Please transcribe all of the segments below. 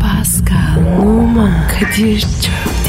Pascal, Oman, Kadir çok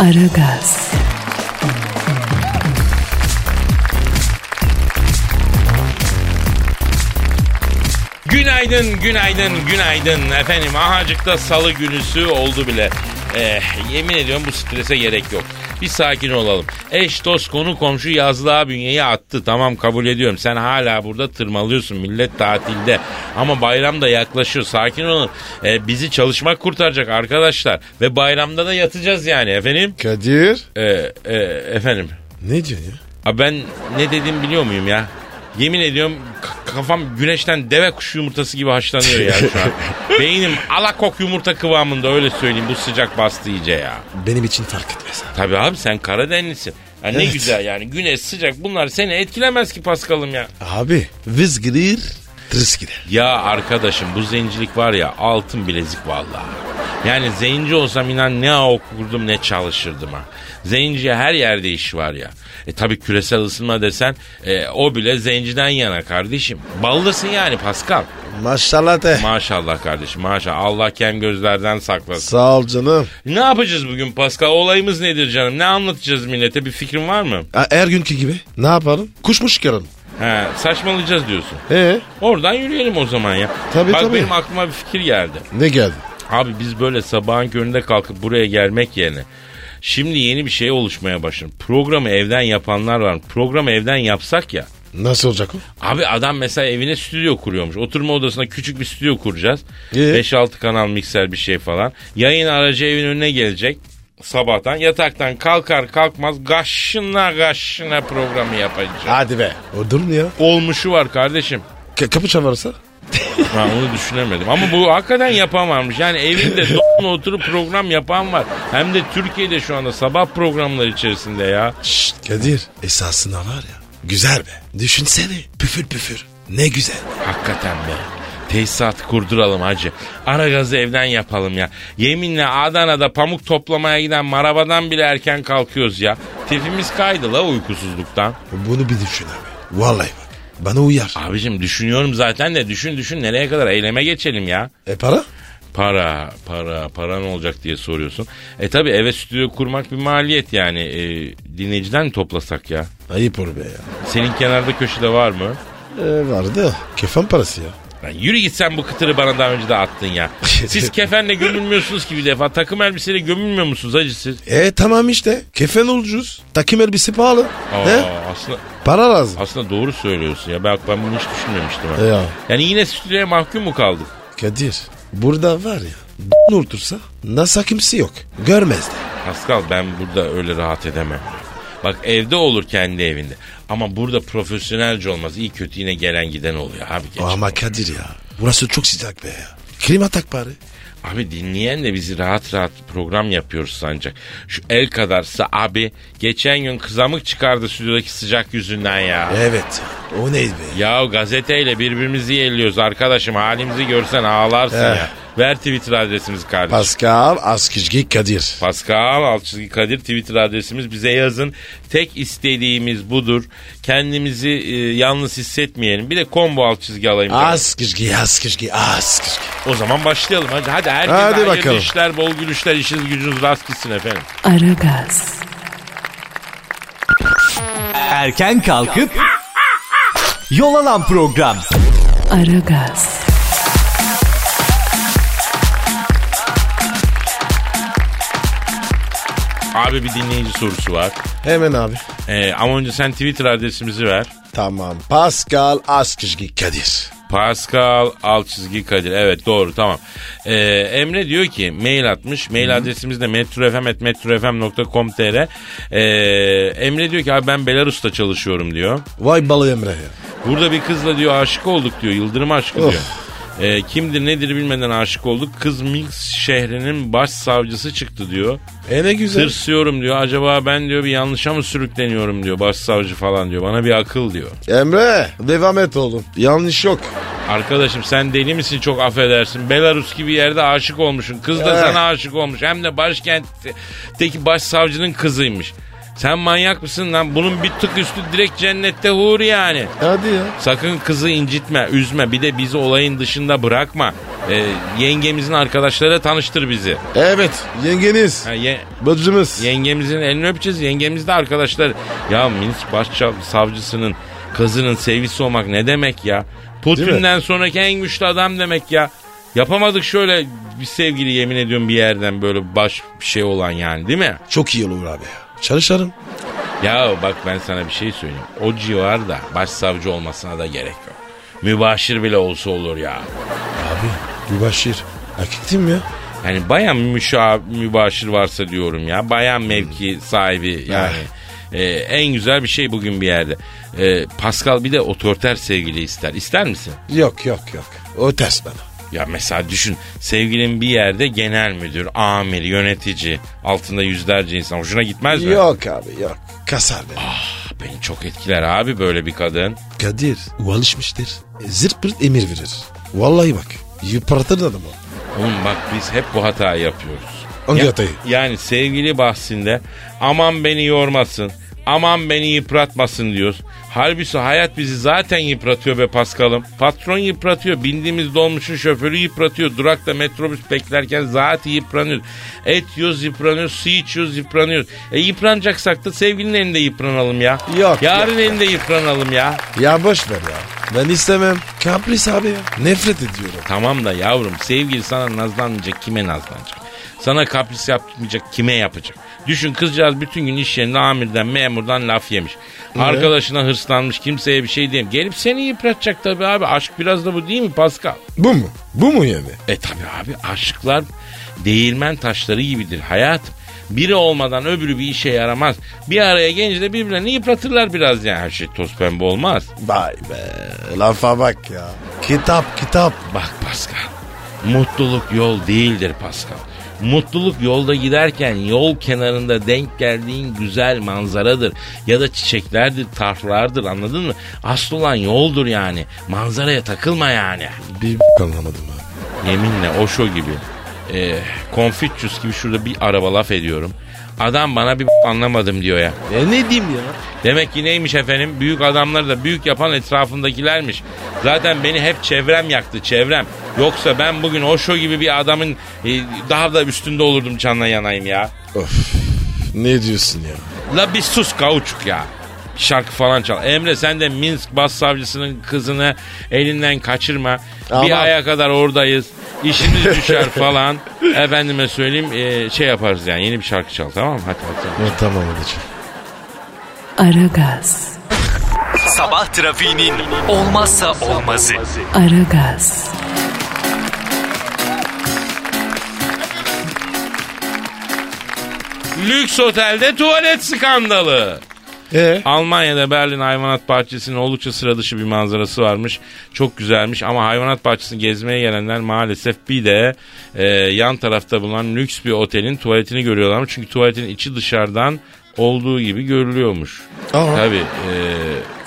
Aragaz, Günaydın, günaydın, günaydın. Efendim ahacıkta salı günüsü oldu bile. Eh, yemin ediyorum bu strese gerek yok. Bir sakin olalım. Eş, dost, konu, komşu yazlığa bünyeyi attı. Tamam kabul ediyorum. Sen hala burada tırmalıyorsun. Millet tatilde. Ama bayram da yaklaşıyor. Sakin olun. Eh, bizi çalışmak kurtaracak arkadaşlar. Ve bayramda da yatacağız yani efendim. Kadir. Eh, eh, efendim. Ne diyorsun ya? Abi ben ne dediğimi biliyor muyum ya? Yemin ediyorum k- kafam güneşten deve kuşu yumurtası gibi haşlanıyor ya şu an. Beynim alakok yumurta kıvamında öyle söyleyeyim bu sıcak bastı iyice ya. Benim için fark etmez. Tabii abi sen Karadenizlisin. Ya ne Evet. güzel yani güneş sıcak bunlar seni etkilemez ki Paskal'ım ya. Abi. Vız girir. Tırıs girer. Ya arkadaşım bu zencilik var ya altın bilezik vallahi. Yani zenci olsam inan ne okurdum ne çalışırdım ha. Zenciye her yerde iş var ya. E tabi küresel ısınma desen e, o bile zenciden yana kardeşim. Ballısın yani Pascal. Maşallah de. Maşallah kardeşim maşallah. Allah kem gözlerden saklasın. Sağ ol canım. Ne yapacağız bugün Pascal? Olayımız nedir canım? Ne anlatacağız millete? Bir fikrin var mı? Ha, her günkü gibi. Ne yaparım? Kuş mu çıkarım? He, saçmalayacağız diyorsun. Ee, Oradan yürüyelim o zaman ya. Tabii, Bak tabii. benim aklıma bir fikir geldi. ne geldi? Abi biz böyle sabahın köründe kalkıp buraya gelmek yerine şimdi yeni bir şey oluşmaya başladı. Programı evden yapanlar var. Programı evden yapsak ya. Nasıl olacak o? Abi adam mesela evine stüdyo kuruyormuş. Oturma odasına küçük bir stüdyo kuracağız. Ee? 5-6 kanal mikser bir şey falan. Yayın aracı evin önüne gelecek sabahtan. Yataktan kalkar kalkmaz gaşına gaşına programı yapacak. Hadi be. Olur mu ya? Olmuşu var kardeşim. Ka- kapı çalarsa? Ha, onu düşünemedim. Ama bu hakikaten yapan varmış. Yani evinde donla oturup program yapan var. Hem de Türkiye'de şu anda sabah programları içerisinde ya. Şşt Kadir. Esasında var ya. Güzel be. Düşünsene. Püfür püfür. Ne güzel. Hakikaten be. Tesisat kurduralım hacı. Ara gazı evden yapalım ya. Yeminle Adana'da pamuk toplamaya giden marabadan bile erken kalkıyoruz ya. Tipimiz kaydı la uykusuzluktan. Bunu bir düşün abi. Vallahi bak. Bana uyar. Abicim düşünüyorum zaten de düşün düşün nereye kadar eyleme geçelim ya. E para? Para, para, para ne olacak diye soruyorsun. E tabi eve stüdyo kurmak bir maliyet yani. E, dinleyiciden mi toplasak ya? Ayıp olur be ya. Senin kenarda köşede var mı? E, vardı. Kefen parası ya. Lan yürü git sen bu kıtırı bana daha önce de attın ya. Siz kefenle gömülmüyorsunuz ki bir defa. Takım elbiseyle gömülmüyor musunuz hacı siz? E tamam işte. Kefen ucuz. Takım elbise pahalı. Aa, He? aslında, Para lazım. E, aslında doğru söylüyorsun ya. Bak ben bunu hiç düşünmemiştim. ha. Ya. Yani yine stüdyoya mahkum mu kaldık? Kadir burada var ya. Unutursa NASA kimse yok. Görmez de. Pascal ben burada öyle rahat edemem. Bak evde olur kendi evinde. Ama burada profesyonelce olmaz. İyi kötü yine gelen giden oluyor abi. Geç. Ama Kadir ya. Burası çok sıcak be ya. Klima tak bari. Abi dinleyen de bizi rahat rahat program yapıyoruz sancak. Şu el kadarsa abi geçen gün kızamık çıkardı stüdyodaki sıcak yüzünden ya. Evet. O neydi be? ya? Ya gazeteyle birbirimizi yelliyoruz arkadaşım. Halimizi görsen ağlarsın Eh. ya. Ver Twitter adresimizi kardeşim. Pascal Askizgi Kadir. Pascal Alçızgı Kadir Twitter adresimiz bize yazın. Tek istediğimiz budur. Kendimizi e, yalnız hissetmeyelim. Bir de combo alt çizgi alayım. canım. Askizgi, Askizgi, Askizgi. O zaman başlayalım. Hadi hadi herkese Hadi hayırlı bakalım. işler, bol gülüşler, işiniz gücünüz rast gitsin efendim. Aragaz, Erken kalkıp yol alan program. Aragaz, Abi bir dinleyici sorusu var. Hemen abi. Ee, ama önce sen Twitter adresimizi ver. Tamam. Pascal Askizgi Kadir. Pascal alt çizgi Kadir. Evet doğru tamam. Ee, Emre diyor ki mail atmış. Mail adresimiz de metrofm.metrofm.com.tr ee, Emre diyor ki abi ben Belarus'ta çalışıyorum diyor. Vay balı Emre ya. Burada bir kızla diyor aşık olduk diyor. Yıldırım aşkı Of. diyor. E, kimdir nedir bilmeden aşık olduk. Kız Minsk şehrinin başsavcısı çıktı diyor. E ne güzel. Tırsıyorum diyor. Acaba ben diyor bir yanlışa mı sürükleniyorum diyor. Başsavcı falan diyor. Bana bir akıl diyor. Emre devam et oğlum. Yanlış yok. Arkadaşım sen deli misin çok affedersin. Belarus gibi yerde aşık olmuşsun. Kız da Evet. sana aşık olmuş. Hem de başkentteki başsavcının kızıymış. Sen manyak mısın lan? Bunun bir tık üstü direkt cennette hur yani. Hadi ya. Sakın kızı incitme, üzme. Bir de bizi olayın dışında bırakma. Ee, yengemizin arkadaşlarıyla tanıştır bizi. Evet yengeniz. Ha, ye- Bacımız. yengemizin elini öpeceğiz. Yengemiz de arkadaşlar. Ya Minsk başsavcısının kızının sevgisi olmak ne demek ya? Putin'den sonraki en güçlü adam demek ya. Yapamadık şöyle bir sevgili yemin ediyorum bir yerden böyle baş bir şey olan yani değil mi? Çok iyi olur abi ya. Çalışalım. Ya bak ben sana bir şey söyleyeyim. O civarda başsavcı olmasına da gerek yok. Mübaşir bile olsa olur ya. Abi mübaşir. Erkek değil mi ya? Yani bayan müşa mübaşir varsa diyorum ya. Bayan mevki sahibi yani. Ee, en güzel bir şey bugün bir yerde. Ee, Pascal bir de otoriter sevgili ister. İster misin? Yok yok yok. O ters bana. Ya mesela düşün sevgilin bir yerde genel müdür, amir, yönetici altında yüzlerce insan hoşuna gitmez mi? Yok abi yok. Kasar beni. Beni çok etkiler abi böyle bir kadın. Kadir o alışmıştır. E, Zırt pırt emir verir. Vallahi bak yıpratır adamı. Oğlum bak biz hep bu hatayı yapıyoruz. Hangi Ya- hatayı? Yani sevgili bahsinde aman beni yormasın, aman beni yıpratmasın diyoruz. Halbuki hayat bizi zaten yıpratıyor be Paskal'ım. Patron yıpratıyor, bindiğimiz dolmuşun şoförü yıpratıyor. Durakta metrobüs beklerken zaten yıpranıyoruz. Et yiyoruz yıpranıyoruz, su içiyoruz yıpranıyoruz. E yıpranacaksak da sevgilinin elinde yıpranalım ya. Yok, Yarın elinde yıpranalım ya. Ya boş ver ya. Ben istemem. Kapris abi ya. Nefret ediyorum. Tamam da yavrum sevgili sana nazlanmayacak kime nazlanacak? Sana kapris yapmayacak kime yapacak? Düşün kızcağız bütün gün iş yerinde amirden memurdan laf yemiş. Arkadaşına hırslanmış kimseye bir şey diyeyim. Gelip seni yıpratacak tabii abi. Aşk biraz da bu değil mi Pascal? Bu mu? Bu mu yani? E tabii abi aşıklar değirmen taşları gibidir hayat. Biri olmadan öbürü bir işe yaramaz. Bir araya gelince de birbirlerini yıpratırlar biraz yani. Her şey toz pembe olmaz. Vay be. Lafa bak ya. Kitap kitap. Bak Pascal. Mutluluk yol değildir Pascal. Mutluluk yolda giderken yol kenarında denk geldiğin güzel manzaradır. Ya da çiçeklerdir, tarhlardır anladın mı? Asıl olan yoldur yani. Manzaraya takılma yani. Bir b- anlamadım abi. Yeminle Osho gibi. E, Confucius gibi şurada bir araba laf ediyorum. Adam bana bir b- anlamadım diyor ya. E ne diyeyim ya? Demek ki neymiş efendim? Büyük adamları da büyük yapan etrafındakilermiş. Zaten beni hep çevrem yaktı çevrem. Yoksa ben bugün Osho gibi bir adamın e, daha da üstünde olurdum canla yanayım ya. Of. Ne diyorsun ya? La bir sus kauçuk ya. Şarkı falan çal. Emre sen de Minsk başsavcısının kızını elinden kaçırma. Aman. Bir aya kadar oradayız. İşimiz düşer falan. Efendime söyleyeyim e, şey yaparız yani yeni bir şarkı çal tamam mı? Hadi hadi. Ya, tamam hadi. Aragaz, Sabah trafiğinin olmazsa olmazı. Aragaz, Lüks otelde tuvalet skandalı. E? Almanya'da Berlin Hayvanat Bahçesi'nin oldukça sıra dışı bir manzarası varmış. Çok güzelmiş ama hayvanat bahçesini gezmeye gelenler maalesef bir de e, yan tarafta bulunan lüks bir otelin tuvaletini görüyorlarmış. Çünkü tuvaletin içi dışarıdan olduğu gibi görülüyormuş. Aa. Tabii. E,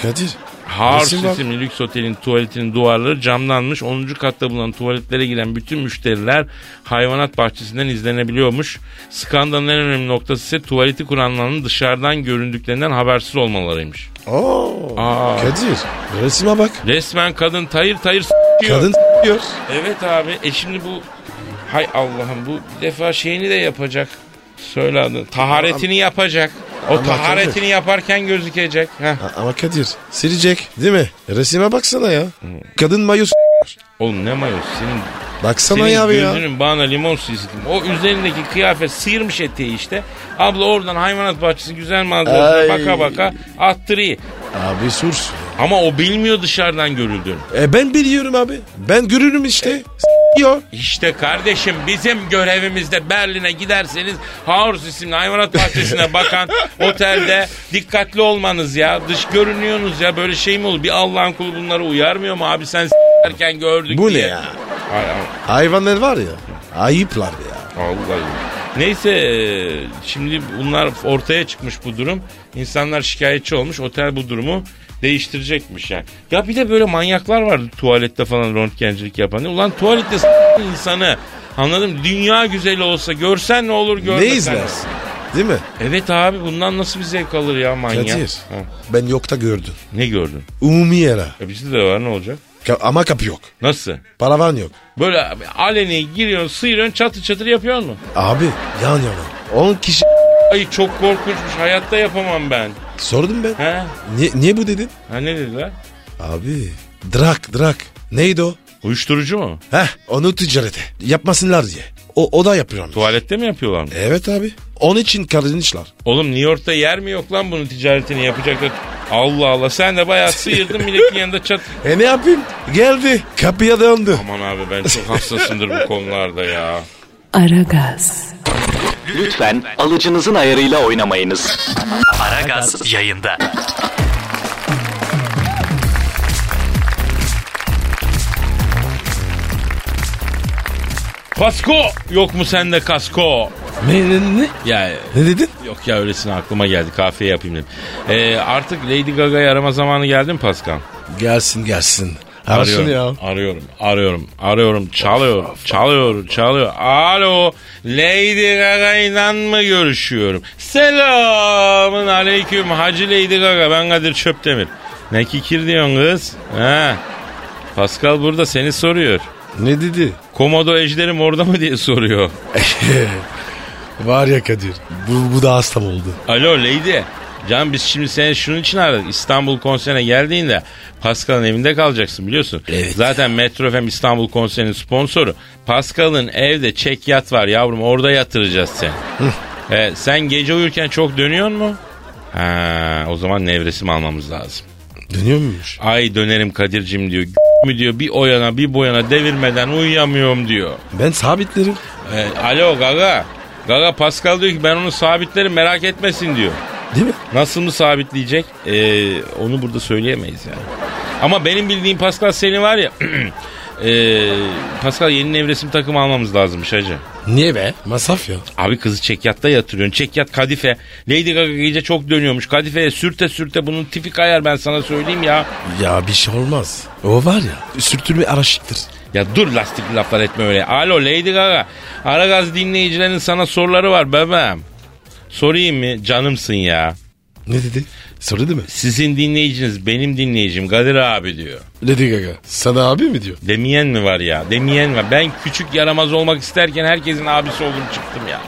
Kadir. Hars Resim var. isimli lüks otelin tuvaletinin duvarları camlanmış. 10. katta bulunan tuvaletlere giren bütün müşteriler hayvanat bahçesinden izlenebiliyormuş. Skandalın en önemli noktası ise tuvaleti kuranların dışarıdan göründüklerinden habersiz olmalarıymış. Oo. Aa. Kadir. Resime bak. Resmen kadın tayır tayır s***yor. Kadın s**yor. Evet abi. E şimdi bu hay Allah'ım bu bir defa şeyini de yapacak. Söyle adını. Taharetini yapacak. O Ama taharetini yaparken gözükecek. Heh. A- Ama Kadir silecek değil mi? Resime baksana ya. Kadın mayo s- Oğlum ne mayosu senin Baksana Senin ya abi ya. gözünün bağına limon suyu sıktım. O üzerindeki kıyafet sıyırmış eteği işte. Abla oradan hayvanat bahçesi güzel Ay. manzarasına baka baka attırıyor. Abi sus. Ama o bilmiyor dışarıdan görüldüğünü. E ben biliyorum abi. Ben görürüm işte. S**yor. İşte kardeşim bizim görevimizde Berlin'e giderseniz Haurus isimli hayvanat bahçesine bakan otelde dikkatli olmanız ya. Dış görünüyorsunuz ya böyle şey mi olur? Bir Allah'ın kulu bunları uyarmıyor mu abi sen s**erken gördük Bu ne diye. ya? Ay, ay, Hayvanlar var ya. Ayıplar ya. Vallahi. Neyse e, şimdi bunlar ortaya çıkmış bu durum. İnsanlar şikayetçi olmuş. Otel bu durumu değiştirecekmiş yani. Ya bir de böyle manyaklar vardı tuvalette falan röntgencilik yapan. Ulan tuvalette s- insanı anladın mı? Dünya güzeli olsa görsen ne olur görmesen. ne izlersin? Değil mi? Evet abi bundan nasıl bir zevk alır ya manyak? Kadir. Ha, Ben yokta gördüm. ne gördün? Umumi yere. E bizde de var ne olacak? Ka- ama kapı yok. Nasıl? Paravan yok. Böyle aleni giriyorsun sıyırıyorsun çatır çatır yapıyor mu? Abi yan yana. 10 kişi. Ay çok korkunçmuş hayatta yapamam ben. Sordum ben. He? Niye, niye bu dedin? Ha ne dediler? Abi. Drak drak. Neydi o? Uyuşturucu mu? Heh onu ticarete. Yapmasınlar diye. O, o da yapıyormuş. Tuvalette mi yapıyorlar mı? Evet abi. Onun için karınçlar. Oğlum New York'ta yer mi yok lan bunun ticaretini yapacaklar? Allah Allah sen de bayağı sıyırdın milletin yanında çat. E ne yapayım? Geldi. Kapıya döndü. Aman abi ben çok hassasımdır bu konularda ya. Aragaz, Lütfen alıcınızın ayarıyla oynamayınız. Aragaz yayında. Kasko yok mu sende kasko? Ne, ne, ne? Ya Ne dedin? yok ya öylesine aklıma geldi kafiye yapayım dedim. Ee, artık Lady Gaga'yı arama zamanı geldi mi Pascal? Gelsin gelsin. Arasın ya. arıyorum, arıyorum, arıyorum, arıyorum, çalıyor, çalıyor, çalıyor. Alo, Lady Gaga'yla mı görüşüyorum? Selamın aleyküm Hacı Lady Gaga, ben Kadir Çöptemir. Ne kikir diyorsun kız? He. Pascal burada seni soruyor. Ne dedi? Komodo ejderim orada mı diye soruyor. Var ya Kadir. Bu, bu da hasta oldu. Alo Lady. Can biz şimdi seni şunun için aradık. İstanbul konserine geldiğinde Pascal'ın evinde kalacaksın biliyorsun. Evet. Zaten Metro FM İstanbul konserinin sponsoru. Pascal'ın evde çek yat var yavrum orada yatıracağız seni. Ee, sen gece uyurken çok dönüyor mu? Ha, o zaman nevresim almamız lazım. Dönüyor muymuş? Ay dönerim Kadir'cim diyor. mü diyor bir o yana bir bu yana devirmeden uyuyamıyorum diyor. Ben sabitlerim. Ee, alo Gaga. Gaga Pascal diyor ki ben onu sabitlerim merak etmesin diyor. Değil mi? Nasıl mı sabitleyecek? Ee, onu burada söyleyemeyiz yani. Ama benim bildiğim Pascal seni var ya. ee, Pascal yeni nevresim takımı almamız lazımmış hacı. Niye be? Masraf ya. Abi kızı çekyatta yatırıyorsun. Çekyat kadife. Lady Gaga gece çok dönüyormuş. Kadifeye sürte sürte bunun tipi kayar ben sana söyleyeyim ya. Ya bir şey olmaz. O var ya. Sürtünme araşıktır. Ya dur lastikli laflar etme öyle. Alo Lady Gaga. Aragaz dinleyicilerin sana soruları var bebeğim. Sorayım mı? Canımsın ya. Ne dedi? Söyledi mi? Sizin dinleyiciniz benim dinleyicim Kadir abi diyor. Lady Gaga. Sana abi mi diyor? Demeyen mi var ya? Demeyen var. Ben küçük yaramaz olmak isterken herkesin abisi oldum çıktım ya.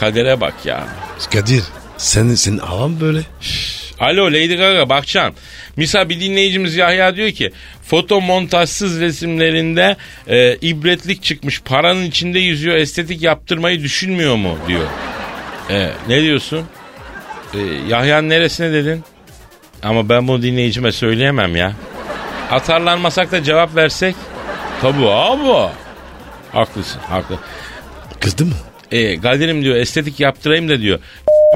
Kadere bak ya. Kadir. Sen, senin alan böyle. Alo Lady Gaga bakcan. Misal bir dinleyicimiz Yahya diyor ki foto montajsız resimlerinde e, ibretlik çıkmış. Paranın içinde yüzüyor estetik yaptırmayı düşünmüyor mu diyor. E, ne diyorsun? E, Yahya'nın neresine dedin? Ama ben bunu dinleyicime söyleyemem ya. Atarlanmasak da cevap versek. Tabu abi. Haklısın haklı. Kızdı mı? E, Kadir'im diyor estetik yaptırayım da diyor.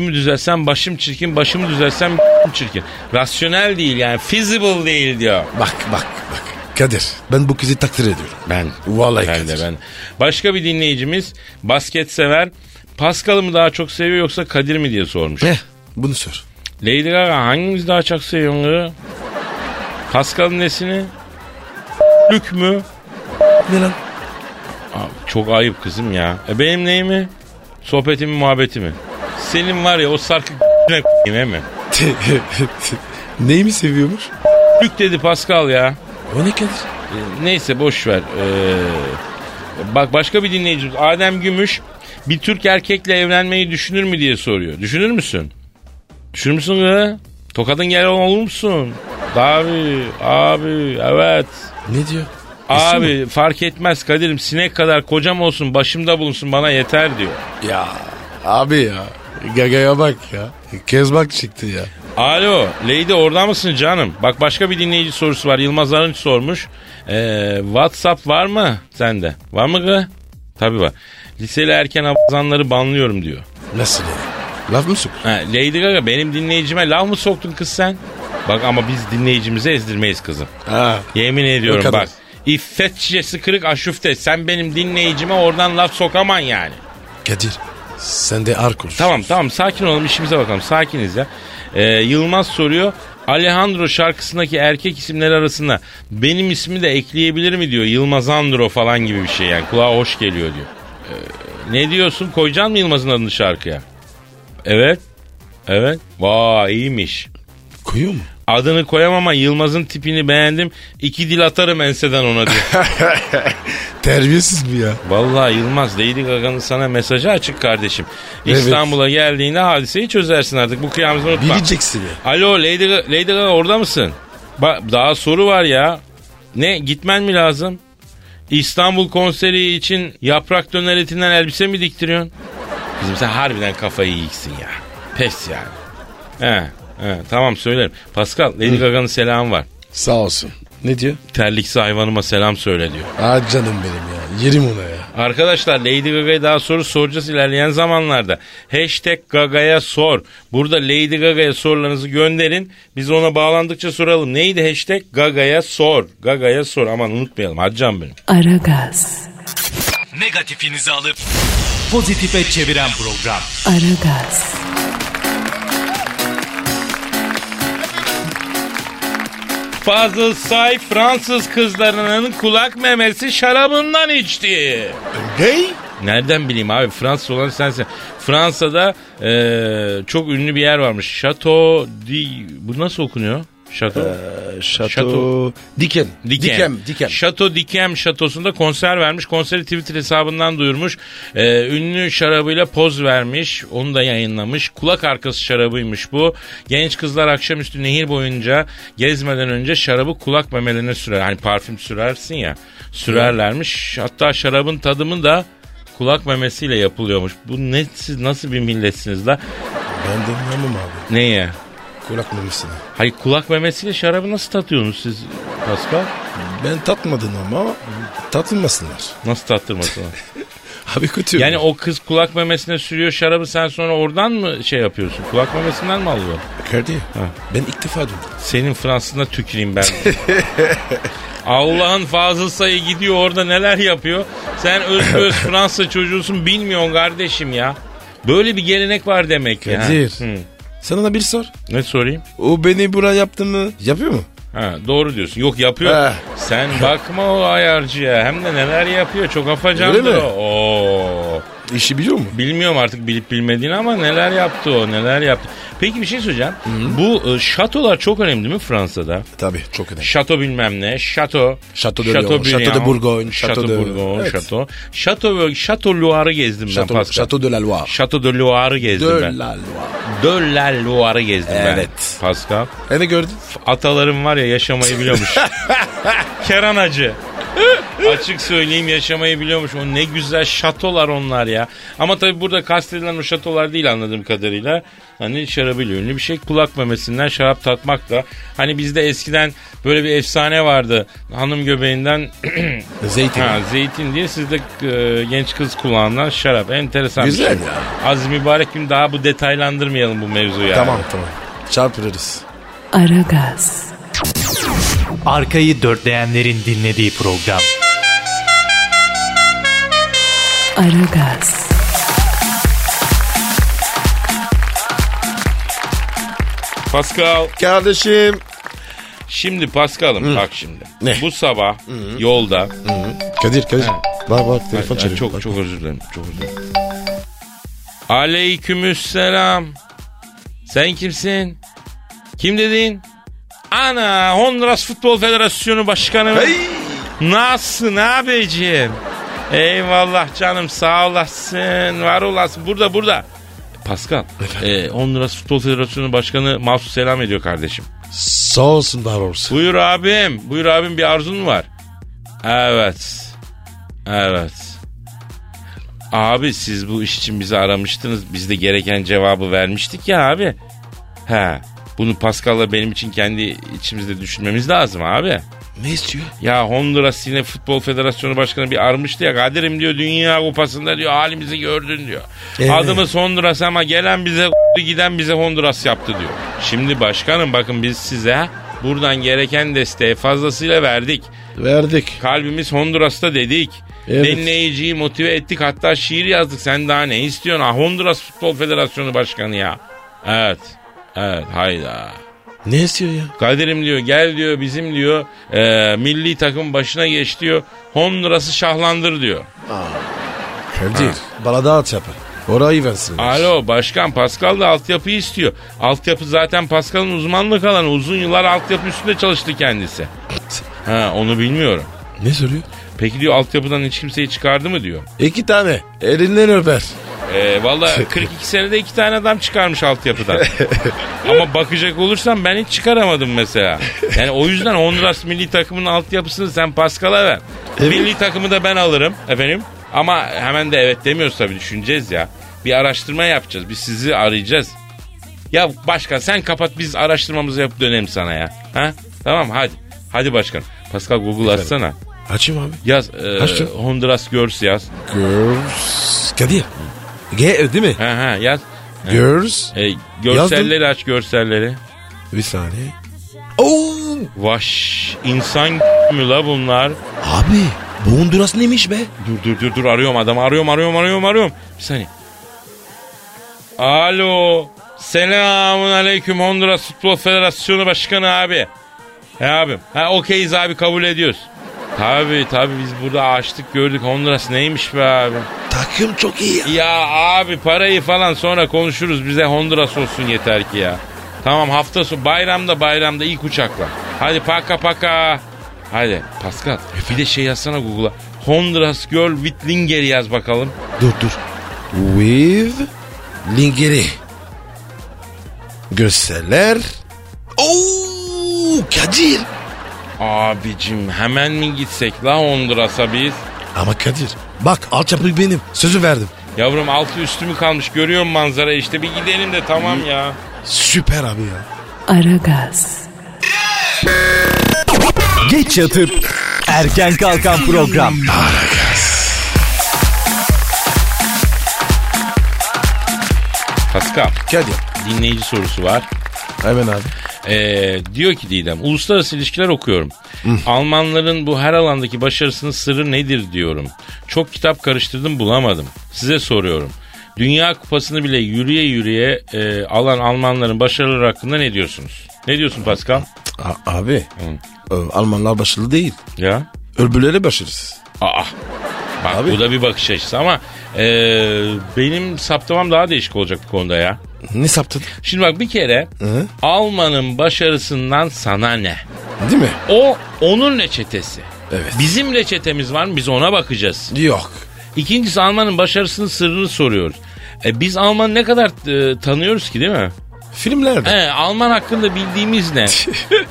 Mü düzelsem başım çirkin, başımı düzelsem çirkin. Rasyonel değil yani feasible değil diyor. Bak bak bak. Kadir. Ben bu kızı takdir ediyorum. Ben. Vallahi ben de Kadir. ben. Başka bir dinleyicimiz basket sever. Pascal'ı mı daha çok seviyor yoksa Kadir mi diye sormuş. Heh. Bunu sor. Lady Gaga hangimiz daha çok seviyor? Pascal'ın nesini? Lük mü? Ne lan? Abi çok ayıp kızım ya. E benim neyimi? Sohbetimi, muhabbetimi. Senin var ya o sarkık ne değil mi? Neyi mi seviyormuş? Lük dedi Pascal ya. O ne Kadir? E, Neyse boş ver. Ee, bak başka bir dinleyicimiz Adem Gümüş bir Türk erkekle evlenmeyi düşünür mü diye soruyor. Düşünür müsün? Düşünür müsün kız? Tokadın gelen olur musun? Abi, abi, evet. Ne diyor? Abi fark etmez Kadir'im sinek kadar kocam olsun başımda bulunsun bana yeter diyor. Ya abi ya. Gaga'ya bak ya. Kezbak çıktı ya. Alo Leydi orada mısın canım? Bak başka bir dinleyici sorusu var. Yılmaz Arınç sormuş. Ee, WhatsApp var mı sende? Var mı gı? Tabii var. Liseli erken abzanları banlıyorum diyor. Nasıl yani? Laf mı sok? Ha, Lady Gaga benim dinleyicime laf mı soktun kız sen? Bak ama biz dinleyicimize ezdirmeyiz kızım. Ha. Yemin ediyorum kadar. bak. İffet şişesi kırık aşufte. Sen benim dinleyicime oradan laf sokaman yani. Kadir sen de ar konuş. Tamam tamam sakin olalım işimize bakalım sakiniz ya. Ee, Yılmaz soruyor Alejandro şarkısındaki erkek isimleri arasında benim ismi de ekleyebilir mi diyor Yılmaz Andro falan gibi bir şey yani kulağa hoş geliyor diyor. Ee, ne diyorsun koyacaksın mı Yılmaz'ın adını şarkıya? Evet evet vay iyiymiş. Koyuyor mu? Adını koyamam ama Yılmaz'ın tipini beğendim. İki dil atarım enseden ona diyor. Terbiyesiz mi ya? Vallahi Yılmaz Lady Gaga'nın sana mesajı açık kardeşim. Evet. İstanbul'a geldiğinde hadiseyi çözersin artık. Bu kıyamızı unutma. Bileceksin ya. Alo Lady, Ga- Lady Gaga orada mısın? Ba- daha soru var ya. Ne gitmen mi lazım? İstanbul konseri için yaprak döner etinden elbise mi diktiriyorsun? Kızım sen harbiden kafayı yiyiksin ya. Pes yani. He, he, tamam söylerim. Pascal Lady Gaga'nın selamı var. Sağ olsun. Ne diyor? Terliksi hayvanıma selam söyle diyor. Aa canım benim ya. Yerim ona ya. Arkadaşlar Lady Gaga'ya daha soru soracağız ilerleyen zamanlarda. Hashtag Gaga'ya sor. Burada Lady Gaga'ya sorularınızı gönderin. Biz ona bağlandıkça soralım. Neydi hashtag? Gaga'ya sor. Gaga'ya sor. Aman unutmayalım. Haccan benim. Aragaz, Negatifinizi alıp pozitife çeviren program. Aragaz, Fazıl Say Fransız kızlarının kulak memesi şarabından içti. Gay? Nereden bileyim abi Fransız olan sensin. Fransa'da eee, çok ünlü bir yer varmış. Chateau di... Bu nasıl okunuyor? Chateau. Şato. Şato. Diken. Dikem. Şato Dikem şatosunda konser vermiş. Konseri Twitter hesabından duyurmuş. Ee, ünlü şarabıyla poz vermiş. Onu da yayınlamış. Kulak arkası şarabıymış bu. Genç kızlar akşamüstü nehir boyunca gezmeden önce şarabı kulak memelerine sürer. Hani parfüm sürersin ya. Sürerlermiş. Hatta şarabın tadımı da kulak memesiyle yapılıyormuş. Bu ne siz nasıl bir milletsiniz la? Ben de inanmam abi. Neye? Kulak memisine. Hayır kulak memesiyle şarabı nasıl tatıyorsunuz siz Pascal? Ben tatmadım ama tatılmasınlar. Nasıl tattırmasınlar? Abi kötü. Yani o kız kulak memesine sürüyor şarabı sen sonra oradan mı şey yapıyorsun? Kulak memesinden mi alıyor? Kadir. Ben ilk defa duydum. Senin Fransızına tüküreyim ben. Allah'ın fazıl sayı gidiyor orada neler yapıyor. Sen öz öz Fransa çocuğusun bilmiyorsun kardeşim ya. Böyle bir gelenek var demek ki. ha. Kadir. Hı. Sana da bir sor. Ne sorayım? O beni buraya yaptı mı? Yapıyor mu? Ha, doğru diyorsun. Yok yapıyor. Eh. Sen bakma o ayarcıya. Hem de neler yapıyor. Çok Öyle afacandır mi? o. Oo. İşi biliyor mu? Bilmiyorum artık bilip bilmediğini ama neler yaptı o neler yaptı. Peki bir şey söyleyeceğim. Bu e, şatolar çok önemli değil mi Fransa'da? Tabii çok önemli. Şato bilmem ne, şato, Şato de Lyon, Briand, şato de Bourgogne, şato, şato de- Bourgogne, Evet. şato, şato, şato Loire'ı gezdim ben Şato, Pascal. Şato, Şato de la Loire. de Loire'ı gezdim ben. De la Loire. De la Loire'ı gezdim Evet. ben Pascal. E ne gördün? Atalarım var ya yaşamayı biliyormuş. Keran Hacı. Açık söyleyeyim yaşamayı biliyormuş. O ne güzel şatolar onlar ya. Ama tabii burada kastedilen o şatolar değil anladığım kadarıyla. Hani şarabıyla ünlü bir şey. Kulak memesinden şarap tatmak da. Hani bizde eskiden böyle bir efsane vardı. Hanım göbeğinden Zeytin. ha, zeytin diye sizde e, genç kız kulağından şarap. Enteresan Güzel bir şey. ya. Az mübarek gün daha bu detaylandırmayalım bu mevzuyu. Tamam tamam. Çarpırırız. Aragaz, Arkayı dörtleyenlerin dinlediği program. Aragaz, Pascal. Kardeşim. Şimdi Paskal'ım bak şimdi. Ne? Bu sabah yolda Kadir Kadir. Bak bak telefon Ay, çalıyor. çok Bak. çok özür dilerim. Çok özür dilerim. Aleykümselam. Sen kimsin? Kim dedin? Ana Honduras Futbol Federasyonu Başkanı. mı? Hey! Nasılsın abicim? Eyvallah canım sağ olasın. Var olasın. Burada burada. Pascal. E, Honduras Futbol Federasyonu Başkanı Mahsus selam ediyor kardeşim. Sağ olsun var olsun. Buyur abim. Buyur abim bir arzun mu var? Evet. Evet. Abi siz bu iş için bizi aramıştınız. Biz de gereken cevabı vermiştik ya abi. He. Bunu Pascal'la benim için kendi içimizde düşünmemiz lazım abi. Ne istiyor? Ya Honduras yine Futbol Federasyonu Başkanı bir armıştı ya. Kadir'im diyor Dünya Kupası'nda diyor halimizi gördün diyor. Evet. Adımız Honduras ama gelen bize giden bize Honduras yaptı diyor. Şimdi başkanım bakın biz size Buradan gereken desteği fazlasıyla verdik. Verdik. Kalbimiz Honduras'ta dedik. Evet. Dinleyiciyi motive ettik hatta şiir yazdık. Sen daha ne istiyorsun? Ah Honduras Futbol Federasyonu Başkanı ya. Evet. Evet hayda. Ne istiyor ya? Kadir'im diyor gel diyor bizim diyor e, milli takım başına geç diyor. Honduras'ı şahlandır diyor. Kadir. Bana daha at yapar. Orayı versin. Alo başkan Pascal da altyapı istiyor. Altyapı zaten Pascal'ın uzmanlık alanı. Uzun yıllar altyapı üstünde çalıştı kendisi. Ha onu bilmiyorum. Ne soruyor? Peki diyor altyapıdan hiç kimseyi çıkardı mı diyor. İki tane. Elinden öper. Ee, Valla 42 senede iki tane adam çıkarmış altyapıdan. Ama bakacak olursam ben hiç çıkaramadım mesela. Yani o yüzden Honduras milli takımının altyapısını sen Pascal'a ver. Milli takımı da ben alırım efendim. Ama hemen de evet demiyoruz tabii düşüneceğiz ya. Bir araştırma yapacağız. Biz sizi arayacağız. Ya başkan sen kapat biz araştırmamızı yapıp dönelim sana ya. Ha? Tamam hadi. Hadi başkan. Pascal Google açsana. Açayım abi. Yaz e, Açtım. Honduras Girls yaz. Girls. Kadir. G e, değil mi? Ha ha yaz. Girls. E, görselleri aç görselleri. Bir saniye. Oo. Vaş insan mü la bunlar? Abi bu Honduras neymiş be? Dur dur dur dur arıyorum adamı arıyorum arıyorum arıyorum arıyorum. Bir saniye. Alo. Selamun aleyküm Honduras Futbol Federasyonu Başkanı abi. He abim. Ha okeyiz abi kabul ediyoruz. Tabi tabi biz burada açtık gördük Honduras neymiş be abi. Takım çok iyi ya. Ya abi parayı falan sonra konuşuruz bize Honduras olsun yeter ki ya. Tamam hafta sonu bayramda bayramda ilk uçakla. Hadi paka paka. Hadi Pascal bir de şey yazsana Google'a. Honduras Girl with Linger yaz bakalım. Dur dur. With Lingeri. Gösterler. Oo Kadir. Abicim hemen mi gitsek la Honduras'a biz? Ama Kadir bak alçapı benim. Sözü verdim. Yavrum altı üstü mü kalmış görüyor musun manzara işte bir gidelim de tamam ya. Süper abi ya. Aragaz. Geç yatıp erken kalkan program. Pascal Kadir. dinleyici sorusu var. Hemen abi. Ee, diyor ki Didem, uluslararası ilişkiler okuyorum. Almanların bu her alandaki başarısının sırrı nedir diyorum. Çok kitap karıştırdım bulamadım. Size soruyorum. Dünya kupasını bile yürüye yürüye e, alan Almanların başarıları hakkında ne diyorsunuz? Ne diyorsun Pascal? A- abi. Ö, Almanlar başarılı değil. Ya. Öbürleri başarısız. Aa. Bak Abi. bu da bir bakış açısı ama e, benim saptamam daha değişik olacak bu konuda ya. Ne saptın? Şimdi bak bir kere Hı? Alman'ın başarısından sana ne? Değil mi? O onun reçetesi. Evet. Bizim reçetemiz var mı? Biz ona bakacağız. Yok. İkincisi Alman'ın başarısının sırrını soruyoruz. E, biz Alman'ı ne kadar e, tanıyoruz ki değil mi? Filmlerde. He, Alman hakkında bildiğimiz ne?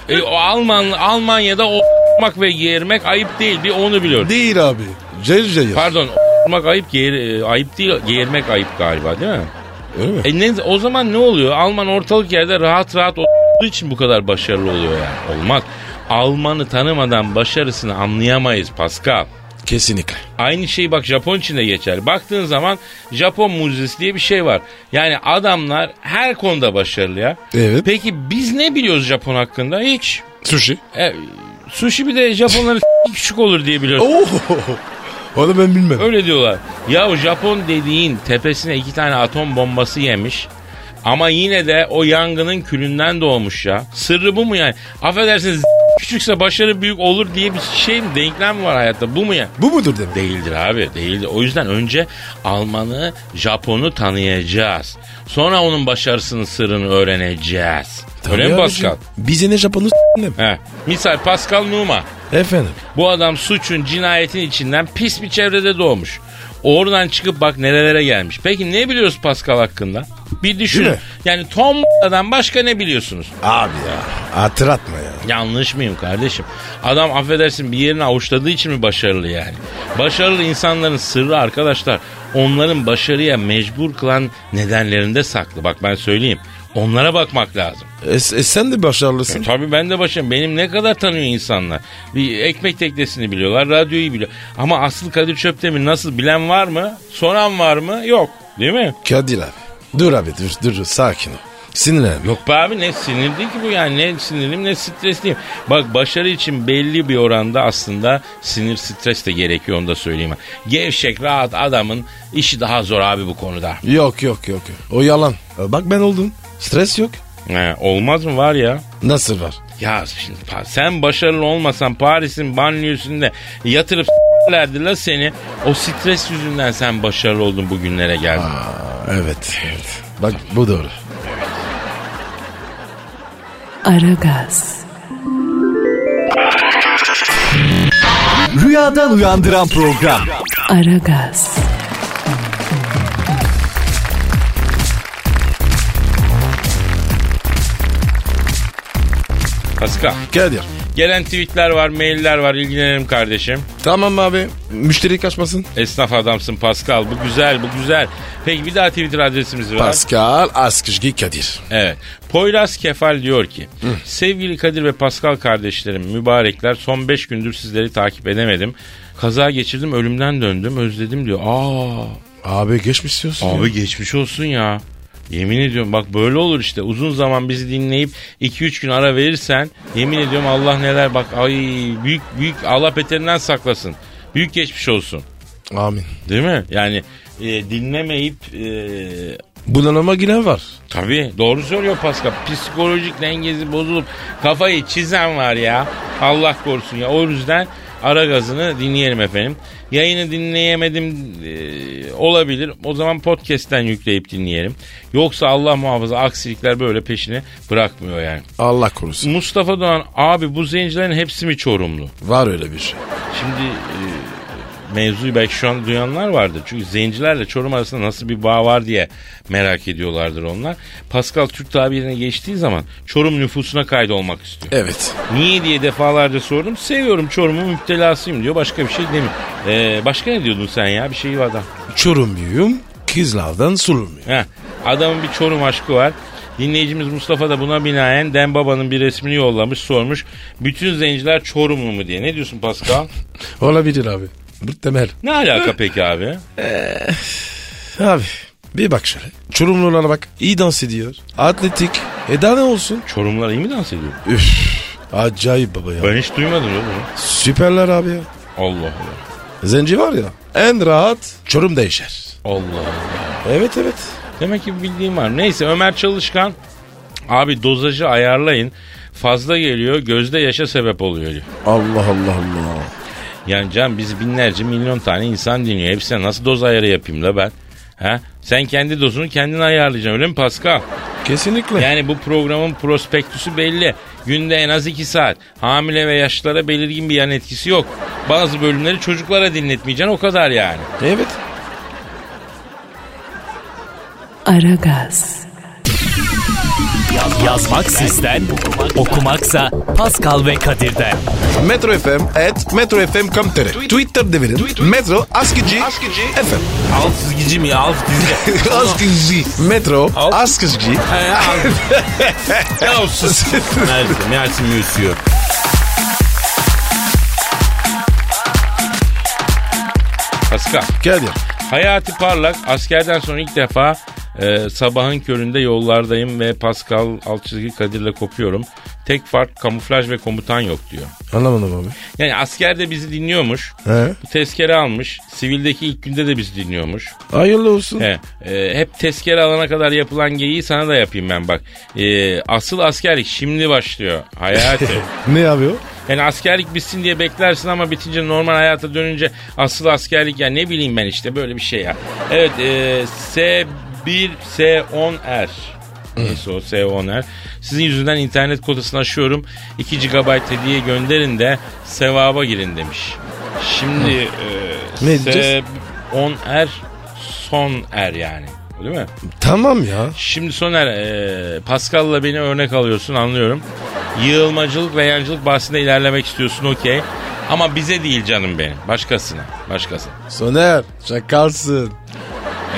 E, o Alman Almanya'da o ve yermek ayıp değil. Bir onu biliyoruz. değil abi. Cayır cayır. Pardon o ayıp yer, e, ayıp değil yermek ayıp galiba değil mi? Öyle mi? E ne, o zaman ne oluyor? Alman ortalık yerde rahat rahat olduğu için bu kadar başarılı oluyor yani. Olmaz. Alman'ı tanımadan başarısını anlayamayız Pascal. Kesinlikle. Aynı şey bak Japon için de geçer. Baktığın zaman Japon mucizesi diye bir şey var. Yani adamlar her konuda başarılı ya. Evet. Peki biz ne biliyoruz Japon hakkında? Hiç. Sushi. E, sushi bir de Japonların küçük olur diye biliyoruz. Oo. Onu ben bilmem. Öyle diyorlar. Ya o Japon dediğin tepesine iki tane atom bombası yemiş. Ama yine de o yangının külünden doğmuş ya. Sırrı bu mu yani? Affedersiniz küçükse başarı büyük olur diye bir şey mi? Denklem mi var hayatta? Bu mu yani? Bu mudur demek? Değildir abi değildir. O yüzden önce Alman'ı, Japon'u tanıyacağız. Sonra onun başarısının sırrını öğreneceğiz. Öyle mi Tabii Pascal? abicim. Bize ne Japon'u s**tim. He. Misal Pascal Numa. Efendim. Bu adam suçun cinayetin içinden pis bir çevrede doğmuş. Oradan çıkıp bak nerelere gelmiş. Peki ne biliyoruz Pascal hakkında? Bir Değil düşünün. mi? Yani Tom adam başka ne biliyorsunuz? Abi ya. Hatırlatma ya. Yanlış mıyım kardeşim? Adam affedersin bir yerini avuçladığı için mi başarılı yani? Başarılı insanların sırrı arkadaşlar onların başarıya mecbur kılan nedenlerinde saklı. Bak ben söyleyeyim. Onlara bakmak lazım. E, e, sen de başarılısın. Tabii ben de başım. Benim ne kadar tanıyor insanlar. Bir ekmek teknesini biliyorlar, radyoyu biliyor. Ama asıl Kadir Çöptemir nasıl bilen var mı? Soran var mı? Yok. Değil mi? Kadir abi. Dur abi dur dur dur. sakin ol. Sinirlen. Yok be abi ne sinir değil ki bu yani ne sinirliyim ne stresliyim. Bak başarı için belli bir oranda aslında sinir stres de gerekiyor onu da söyleyeyim. Gevşek rahat adamın işi daha zor abi bu konuda. Yok yok yok. O yalan. Ee, Bak ben oldum. Stres yok. He, olmaz mı var ya? Nasıl var? Ya şimdi pa- sen başarılı olmasan Paris'in banliyösünde yatırıp s**lerdi la seni. O stres yüzünden sen başarılı oldun bugünlere geldin. Aa, evet, evet. Bak bu doğru. Aragaz, Rüyadan uyandıran program. Aragaz, Pascal. Kadir. Gelen tweetler var, mailler var. ilgilenelim kardeşim. Tamam abi. Müşteri kaçmasın. Esnaf adamsın Pascal. Bu güzel, bu güzel. Peki bir daha Twitter adresimiz var. Pascal Askışgi Kadir. Evet. Poyraz Kefal diyor ki sevgili Kadir ve Pascal kardeşlerim mübarekler son 5 gündür sizleri takip edemedim. Kaza geçirdim ölümden döndüm özledim diyor. Aa Abi geçmiş diyorsun. abi geçmiş olsun ya. Yemin ediyorum bak böyle olur işte uzun zaman bizi dinleyip 2-3 gün ara verirsen yemin ediyorum Allah neler bak ay büyük büyük Allah beterinden saklasın. Büyük geçmiş olsun ya. Amin. değil mi? Yani e, dinlemeyip e, Bunalıma giren var. Tabii doğru söylüyor Pascal. Psikolojik dengesi bozulup kafayı çizen var ya. Allah korusun ya. O yüzden ara gazını dinleyelim efendim. Yayını dinleyemedim e, olabilir. O zaman podcast'ten yükleyip dinleyelim. Yoksa Allah muhafaza aksilikler böyle peşini bırakmıyor yani. Allah korusun. Mustafa Doğan abi bu zencilerin hepsi mi Çorumlu? Var öyle bir şey. Şimdi e, mevzuyu belki şu an duyanlar vardır. Çünkü zencilerle Çorum arasında nasıl bir bağ var diye merak ediyorlardır onlar. Pascal Türk tabirine geçtiği zaman Çorum nüfusuna kaydolmak istiyor. Evet. Niye diye defalarca sordum. Seviyorum Çorum'un müptelasıyım diyor. Başka bir şey demiyor. E, başka ne diyordun sen ya? Bir şey var da. Çorumluyum. Kızlardan sulumuyor. Heh, adamın bir Çorum aşkı var. Dinleyicimiz Mustafa da buna binaen Dem Baba'nın bir resmini yollamış sormuş. Bütün zenciler Çorumlu mu diye. Ne diyorsun Pascal? Olabilir abi. Bu temel. ne alaka peki abi? Abi bir bak şöyle. Çorumlulara bak. İyi dans ediyor. Atletik. E daha ne olsun? Çorumlar iyi mi dans ediyor? Üf. Acayip baba ya. Ben hiç duymadım ya bunu. Süperler abi ya. Allah Allah. Zenci var ya. En rahat Çorum değişer. Allah Allah. Evet evet. Demek ki bir bildiğim var. Neyse Ömer Çalışkan. Abi dozajı ayarlayın. Fazla geliyor gözde yaşa sebep oluyor diyor. Allah Allah Allah. Yani can biz binlerce milyon tane insan dinliyor. Hepsine nasıl doz ayarı yapayım la ben? Ha? Sen kendi dozunu kendin ayarlayacaksın öyle mi Pascal? Kesinlikle. Yani bu programın prospektüsü belli. Günde en az 2 saat. Hamile ve yaşlılara belirgin bir yan etkisi yok. Bazı bölümleri çocuklara dinletmeyeceksin o kadar yani. Evet. Aragaz, Yazmak sizden, okumaksa Pascal ve Kadir'den. Metro FM et metrofm.com.tr Twitter devirin. Metro askıcı FM. Alt çizgici mi alt çizgi? askıcı. Metro askıcı. Ya olsun. Mersin, Mersin mi üşüyor? Pascal. Kadir. Hayati Parlak askerden sonra ilk defa e, sabahın köründe yollardayım ve Pascal alt çizgi Kadir'le kopuyorum. Tek fark kamuflaj ve komutan yok diyor. Anlamadım abi. Yani asker de bizi dinliyormuş. He. Bir tezkere almış. Sivildeki ilk günde de bizi dinliyormuş. Hayırlı olsun. He, e, hep tezkere alana kadar yapılan geyiği sana da yapayım ben bak. E, asıl askerlik şimdi başlıyor. Hayati. Ne yapıyor? Yani askerlik bitsin diye beklersin ama bitince normal hayata dönünce asıl askerlik ya ne bileyim ben işte böyle bir şey ya. Evet e, S1 S10R. er. Neyse o S10R. Sizin yüzünden internet kotasını aşıyorum. 2 GB hediye gönderin de sevaba girin demiş. Şimdi Ne e, diyeceğiz? S10R son er yani. Değil mi? Tamam ya. Şimdi Soner, e, Pascal'la beni örnek alıyorsun anlıyorum. Yığılmacılık ve yancılık bahsinde ilerlemek istiyorsun okey. Ama bize değil canım benim. Başkasına. Başkasına. Soner şakalsın.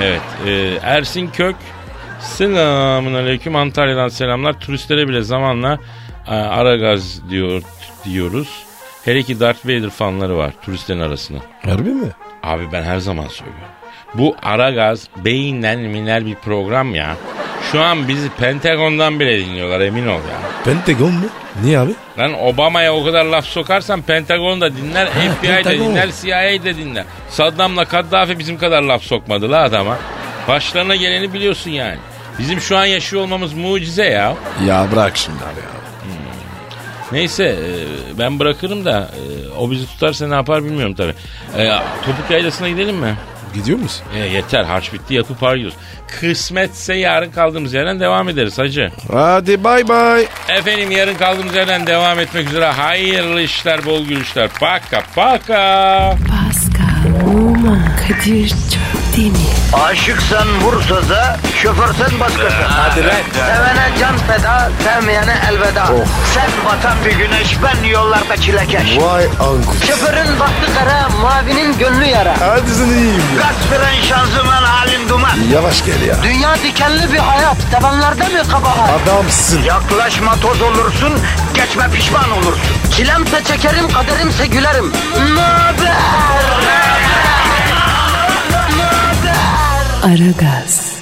Evet. e, Ersin Kök. Selamun aleyküm. Antalya'dan selamlar. Turistlere bile zamanla e, Aragaz diyor, diyoruz. Hele ki Darth Vader fanları var turistlerin arasında. Harbi mi? Abi ben her zaman söylüyorum. Bu Aragaz beyinden miner bir program ya. Şu an bizi Pentagon'dan bile dinliyorlar emin ol ya. Pentagon mu? Niye abi? Lan Obama'ya o kadar laf sokarsan Pentagon da dinler, FBI de Pentagon. dinler, CIA de dinler. Saddam'la Kaddafi bizim kadar laf sokmadı la adama. Başlarına geleni biliyorsun yani. Bizim şu an yaşıyor olmamız mucize ya. Ya bırak şimdi abi ya. Neyse e, ben bırakırım da e, o bizi tutarsa ne yapar bilmiyorum tabii. E, Topuk Yaylası'na gidelim mi? Gidiyor musun? E, yeter harç bitti yatıp arıyoruz. Kısmetse yarın kaldığımız yerden devam ederiz hacı. Hadi bay bay. Efendim yarın kaldığımız yerden devam etmek üzere. Hayırlı işler bol gülüşler. Paka paka. Pascal, Oman, Kadir çok değil mi? Aşıksan vursa da, şoförsen başkasın. Hadi Sevene can feda, sevmeyene elveda. Sen batan bir güneş, ben yollarda çilekeş. Vay anku. Şoförün baktı kara, mavinin gönlü yara. Hadi sen iyiyim ya. Kasperen şanzıman halin duman. Yavaş gel ya. Dünya dikenli bir hayat, sevenlerde mi kabahar? Adamsın. Yaklaşma toz olursun, geçme pişman olursun. Çilemse çekerim, kaderimse gülerim. Möber! Aragaz.